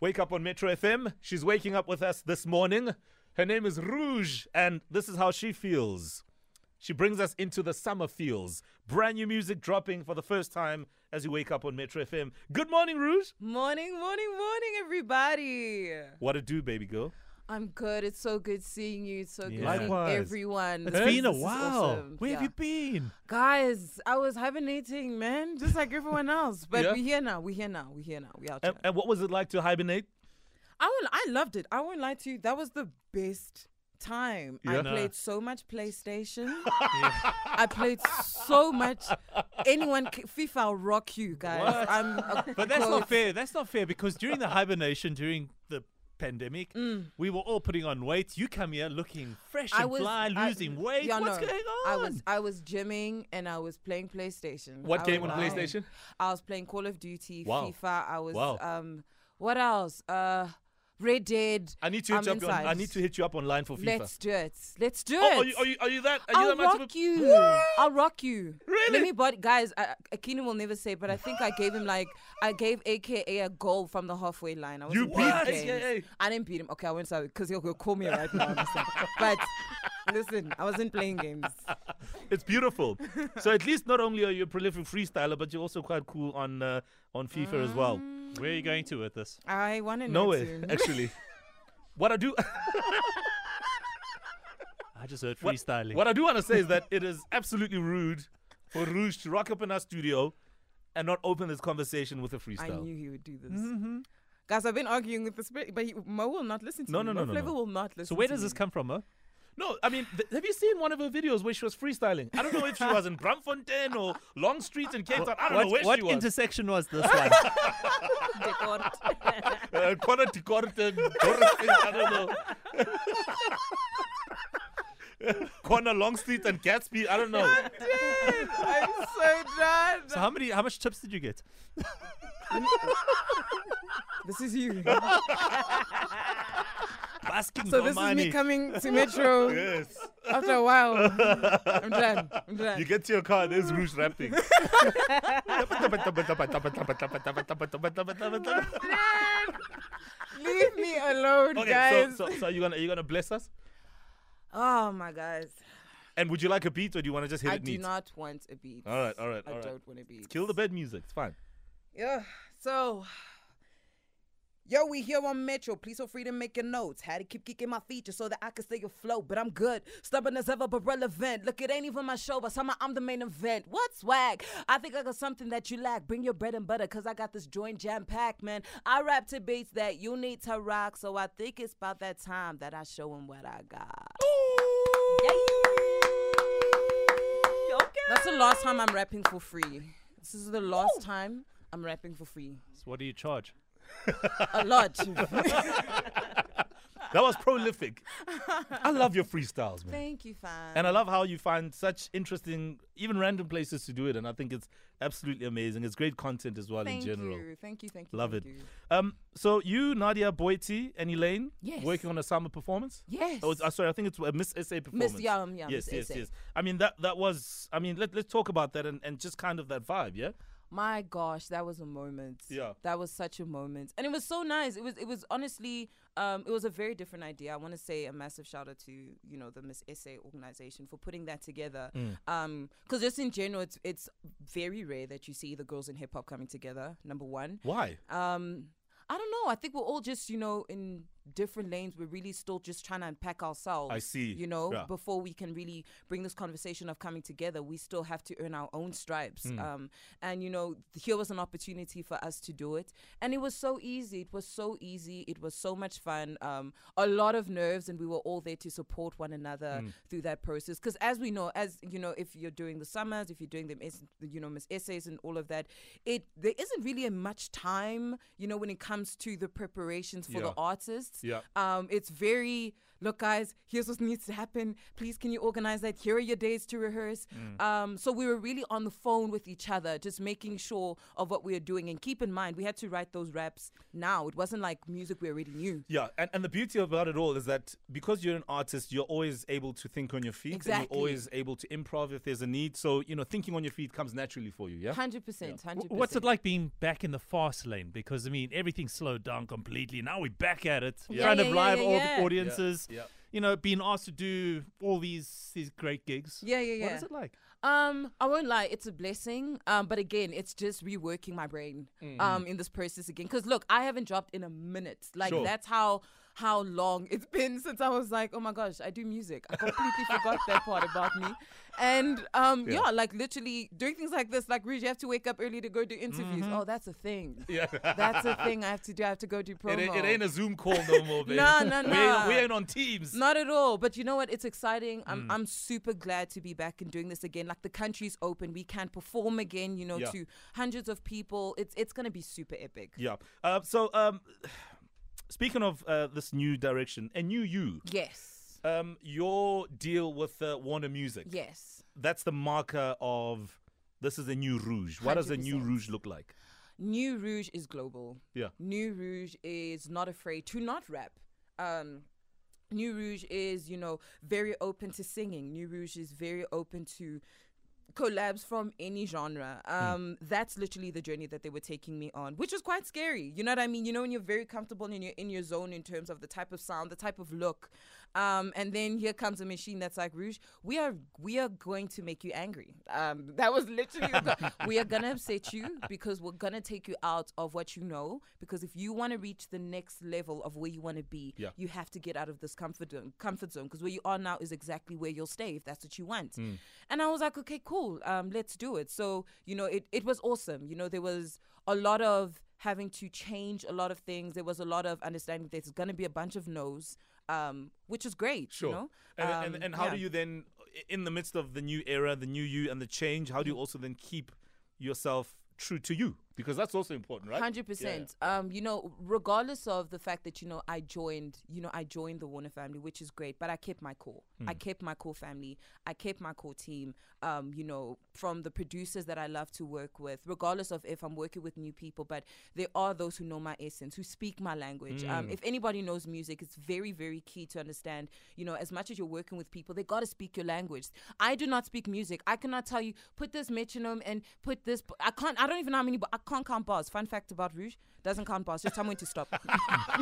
Wake Up on Metro FM. She's waking up with us this morning. Her name is Rouge, and this is how she feels. She brings us into the summer feels. Brand new music dropping for the first time as you wake up on Metro FM. Good morning, Rouge. Morning, morning, morning, everybody. What a do, baby girl. I'm good. It's so good seeing you. It's so good Yeah. seeing Likewise. everyone. It's This been a is while. awesome. Where have Yeah. you been? Guys, I was hibernating, man, just like everyone else. But Yeah. we're here now. We're here now. We're here now. We out And, here. and what was it like to hibernate? I will, I loved it. I won't lie to you. That was the best time. Yeah. I Nah. played so much PlayStation. I played so much. Anyone, c- FIFA, I'll rock you guys. What? I'm a But that's coach. not fair. That's not fair because during the hibernation, during the pandemic, we were all putting on weight. You come here looking fresh and fly, Mm. I- losing weight. yeah, What's no. going on? I was I was gymming and I was playing PlayStation. What I game was on playing- PlayStation? I was playing Call of Duty, Wow. FIFA. I was Wow. um what else? Uh Red Dead. I need to hit I'm you up. On, inside. I need to hit you up online for FIFA. Let's do it. Let's do it. oh, are you, are you are you that? Are you I'll that much of rock a- you. What? I'll rock you. Really? Let me body guys. I, I- Akina will never say, but I think I gave him like I gave AKA a goal from the halfway line. I was You in beat bad AKA? games. I didn't beat him. Okay, I went to because he'll, he'll call me right now. honestly. but listen, I wasn't playing games. It's beautiful. so at least not only are you a prolific freestyler, but you're also quite cool on uh, on FIFA as well. Where are you going to with this? I want to No know way, soon. actually. What I do, I just heard what, freestyling. what I do want to say is that it is absolutely rude for Rouge to rock up in our studio and not open this conversation with a I freestyle. knew he would do this. Guys, I've been arguing with this, but he, Mo will not listen to Mm-hmm. No, no, me. no, Mo no, Flavor no. will not listen. so where to does this me. come from, huh? No, I mean, th- have you seen one of her videos where she was freestyling? I don't know if she was in Bramfontein or Long Street in Cape Town. I don't what know where what she was. intersection was this one? Decord. uh, corner to corner, Dorothy, I don't know. corner Long Street and Gatsby, I don't know. Dude, I'm so done. so how many? How much tips did you get? This is you. Basking So for this is money. me coming to Metro Yes. after a while. I'm done. I'm done. You get to your car, there's Rouge rapping. okay, Leave me alone, guys. so, so, so are you gonna are you gonna bless us? Oh my guys. And would you like a beat or do you wanna just hit I it do neat? not want a beat. All right, all right, I all right. don't want a beat. Kill the bed music, it's fine. Yeah. So, yo, we here on Metro. Please feel free to make your notes. Had to keep kicking my feet just so that I can stay afloat. But I'm good, stubborn as ever, but relevant. Look, it ain't even my show, but somehow I'm the main event. What's swag? I think I got something that you lack. Bring your bread and butter, cause I got this joint jam packed, man. I rap to beats that you need to rock. So I think it's about that time that I show 'em what I got. Yay! That's the last time I'm rapping for free. This is the last time I'm rapping for free So what do you charge? a lot. That was prolific. I love your freestyles, man. Thank you, fam. And I love how you find such interesting, even random places to do it. And I think it's absolutely amazing. It's great content as well thank in general. you, thank you, thank you. Love it. thank you. Um, so you, Nadia Boiti, and Elaine, Yes. working on a summer performance. Yes. Oh, it's- uh, sorry, I think it's a Miss SA performance. yeah, um, yeah, Yes, Miss yes, SA. yes. I mean that that was. I mean, let let's talk about that and, and just kind of that vibe, yeah. My gosh, that was a moment. Yeah. That was such a moment. And it was so nice. It was it was honestly um it was a very different idea. I want to say a massive shout out to, you know, the Miss SA organization for putting that together. Mm. Um cuz just in general it's it's very rare that you see the girls in hip hop coming together. Number 1. Why? um i don't know i think we're all just you know in different lanes we're really still just trying to unpack ourselves I see. you know Yeah. before we can really bring this conversation of coming together we still have to earn our own stripes Hmm. um and you know th- here was an opportunity for us to do it and it was so easy it was so easy it was so much fun um a lot of nerves and we were all there to support one another Hmm. through that process because as we know as you know if you're doing the summers if you're doing them es- you know miss essays and all of that it there isn't really much time you know when it comes to the preparations for Yeah. the artist honest. Yeah. Um, it's very look, guys. Here's what needs to happen. Please, can you organize that? Here are your days to rehearse. Mm. Um, so we were really on the phone with each other, just making sure of what we are doing. And keep in mind, we had to write those raps now. It wasn't like music we already knew. Yeah, and, and the beauty about it all is that because you're an artist, you're always able to think on your feet and Exactly. you're always able to improv if there's a need. So, you know, thinking on your feet comes naturally for you, yeah? Hundred percent. Hundred W- percent. What's it like being back in the fast lane? Because I mean, everything's slowed down completely. Now we're back at it, in Yeah, front yeah, of yeah, live yeah, au- yeah. audiences. Yeah, yeah. You know, being asked to do all these these great gigs. Yeah, yeah, What yeah. is it like? Um, I won't lie, it's a blessing. Um, but again, it's just reworking my brain. Mm-hmm. Um, in this process again, because look, I haven't dropped in a minute. Like Sure. that's how how long it's been since I was like, oh my gosh, I do music. I completely forgot that part about me. And um, yeah. like literally doing things like this. Like, Rouge, you have to wake up early to go do interviews. Oh, that's a thing. Mm-hmm. Yeah. that's a thing I have to do. I have to go do It, promo. ain't- it ain't a Zoom call no more, baby. Nah, nah, We ain't, nah. we ain't on Teams. Not at all. But you know what? It's exciting. I'm I'm super glad to be back and doing this again. Like the country's open. We can perform again, you know, Yeah. to hundreds of people. It's it's gonna be super epic. Yeah. Uh, so, um, speaking of uh, this new direction, a new you, Yes. um, your deal with uh, Warner Music, Yes. that's the marker of this is a new Rouge. What does a new 100%. Rouge look like? New Rouge is global. Yeah. New Rouge is not afraid to not rap. Um, New Rouge is, you know, very open to singing. New Rouge is very open to collabs from any genre. Um, That's literally the journey that they were taking me on, which was quite scary. You know what I mean? You know, when you're very comfortable and you're in your zone in terms of the type of sound, the type of look. Um, and then here comes a machine that's like, Rouge, we are we are going to make you angry. Um, that was literally the go- we are gonna upset you because we're gonna take you out of what you know. Because if you want to reach the next level of where you want to be, Yeah. you have to get out of this comfort zone, comfort zone because where you are now is exactly where you'll stay if that's what you want. And I was like, okay, cool, um, let's do it. So you know, it it was awesome. You know, there was a lot of having to change a lot of things. There was a lot of understanding there's going to be a bunch of no's, um, which is great. Sure. You know? and, Um, and, and how yeah. do you then, i- in the midst of the new era, the new you, and the change, how do you also then keep yourself true to you? Because that's also important, right? Hundred percent. Um, you know, regardless of the fact that you know I joined, you know, I joined the Warner family, which is great, but I kept my core. Hmm. I kept my core family. I kept my core team. Um, you know, from the producers that I love to work with, regardless of if I'm working with new people, but there are those who know my essence, who speak my language. Um, if anybody knows music, it's very, very key to understand. You know, as much as you're working with people, they gotta speak your language. I do not speak music. I cannot tell you put this metronome and put this. I can't. I don't even know how many. But I can't count bars. Fun fact about Rouge doesn't count bars. Just tell me when to stop.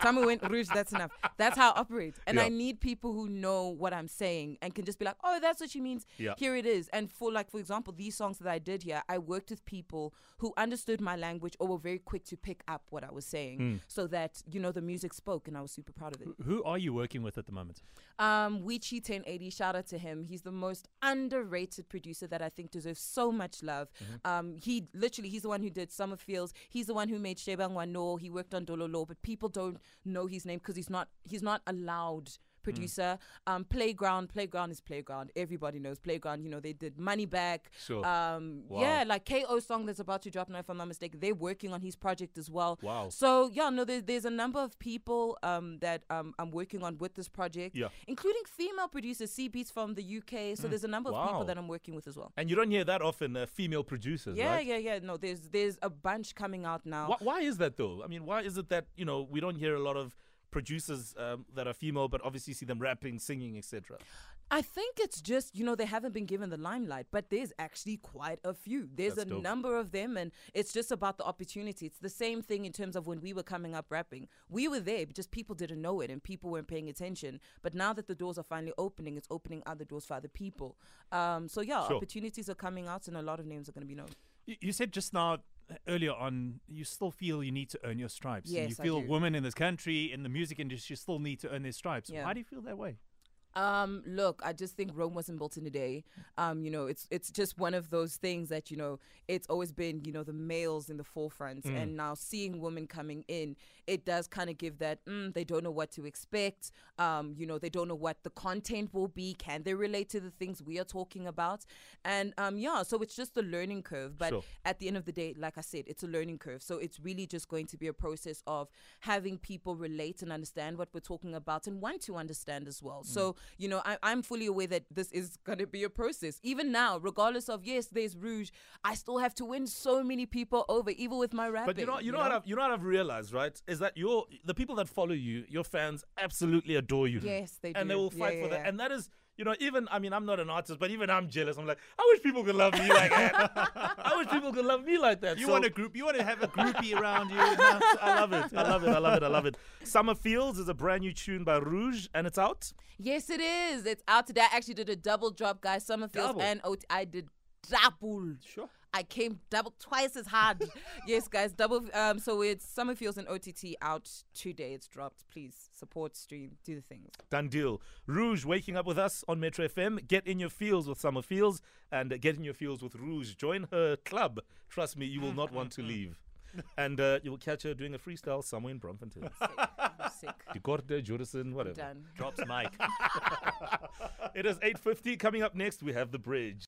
tell me when Rouge. That's enough. That's how I operate. And Yeah. I need people who know what I'm saying and can just be like, oh, that's what she means. Yeah. Here it is. And for like, for example, these songs that I did here, I worked with people who understood my language or were very quick to pick up what I was saying, Hmm. so that you know the music spoke, and I was super proud of it. Who are you working with at the moment? Um, Weechi 1080, shout out to him. He's the most underrated producer that I think deserves so much love. Um, he literally, he's the one who did Summer Fields. He's the one who made Shebang Wano. He worked on Dololo, but people don't know his name because he's not he's not allowed producer. Um, Playground, Playground is Playground. Everybody knows Playground. You know they did Money Back. Sure. Um, Wow. yeah, like KO song that's about to drop now, if I'm not mistaken. They're working on his project as well. Wow. So yeah, no, there, there's a number of people um, that um, I'm working on with this project, Yeah. Hmm. including female producers, C beats from the UK. So there's a number of Wow. people that I'm working with as well. And you don't hear that often, uh, female producers, Yeah, right? yeah, yeah. No, there's there's a bunch coming out now. Why, why is that though? I mean, why is it that you know we don't hear a lot of producers um, that are female, but obviously see them rapping, singing, etc. I think it's just, you know, they haven't been given the limelight, but there's actually quite a few. There's That's a dope. number of them, and it's just about the opportunity. It's the same thing in terms of when we were coming up rapping. We were there, but just people didn't know it and people weren't paying attention. But now that the doors are finally opening, it's opening other doors for other people. Um, so, yeah, Sure. opportunities are coming out, and a lot of names are going to be known. You, you said just now uh, earlier on you still feel you need to earn your stripes. and you Yes, I feel do. women in this country in the music industry still need to earn their stripes. Yeah. Why do you feel that way? Um, look, I just think Rome wasn't built in a day. Um, you know, it's it's just one of those things that you know it's always been you know the males in the forefront, and now seeing women coming in, it does kind of give that mm, they don't know what to expect. Um, you know, they don't know what the content will be. Can they relate to the things we are talking about? And um, yeah, so it's just a learning curve. But Sure. at the end of the day, like I said, it's a learning curve. So it's really just going to be a process of having people relate and understand what we're talking about and want to understand as well. Mm. So, you know, I, I'm fully aware that this is going to be a process. Even now, regardless of, yes, there's Rouge, I still have to win so many people over, even with my rapping. But you know, you, know, what I've, you know what I've realized, right? Is that your the people that follow you, your fans, absolutely adore you. Yes, they And they do. will Yeah, fight for yeah, that. yeah. And that is, you know, even I mean, I'm not an artist, but even I'm jealous. I'm like, I wish people could love me like that. I wish people could love me like that. You So- want a group? You want to have a groupie around you? No. I love it. I love it. I love it. I love it. Summer Fields is a brand new tune by Rouge, and it's out. Yes, it is. It's out today. I actually did a double drop, guys. Summerfield Double? and OT. I did double. Sure. I came double twice as hard. yes, guys, double. Um, so it's Summerfields and OTT out today. It's dropped. Please support, stream, do the things. Done deal. Rouge waking up with us on Metro FM. Get in your fields with Summer Fields and get in your fields with Rouge. Join her club. Trust me, you will not want to leave. And uh, you will catch her doing a freestyle somewhere in Bromford Hills. Sick. I'm sick. Decorte, Jurison, whatever. Done. Drops mic. It is 8.50. Coming up next, we have The Bridge.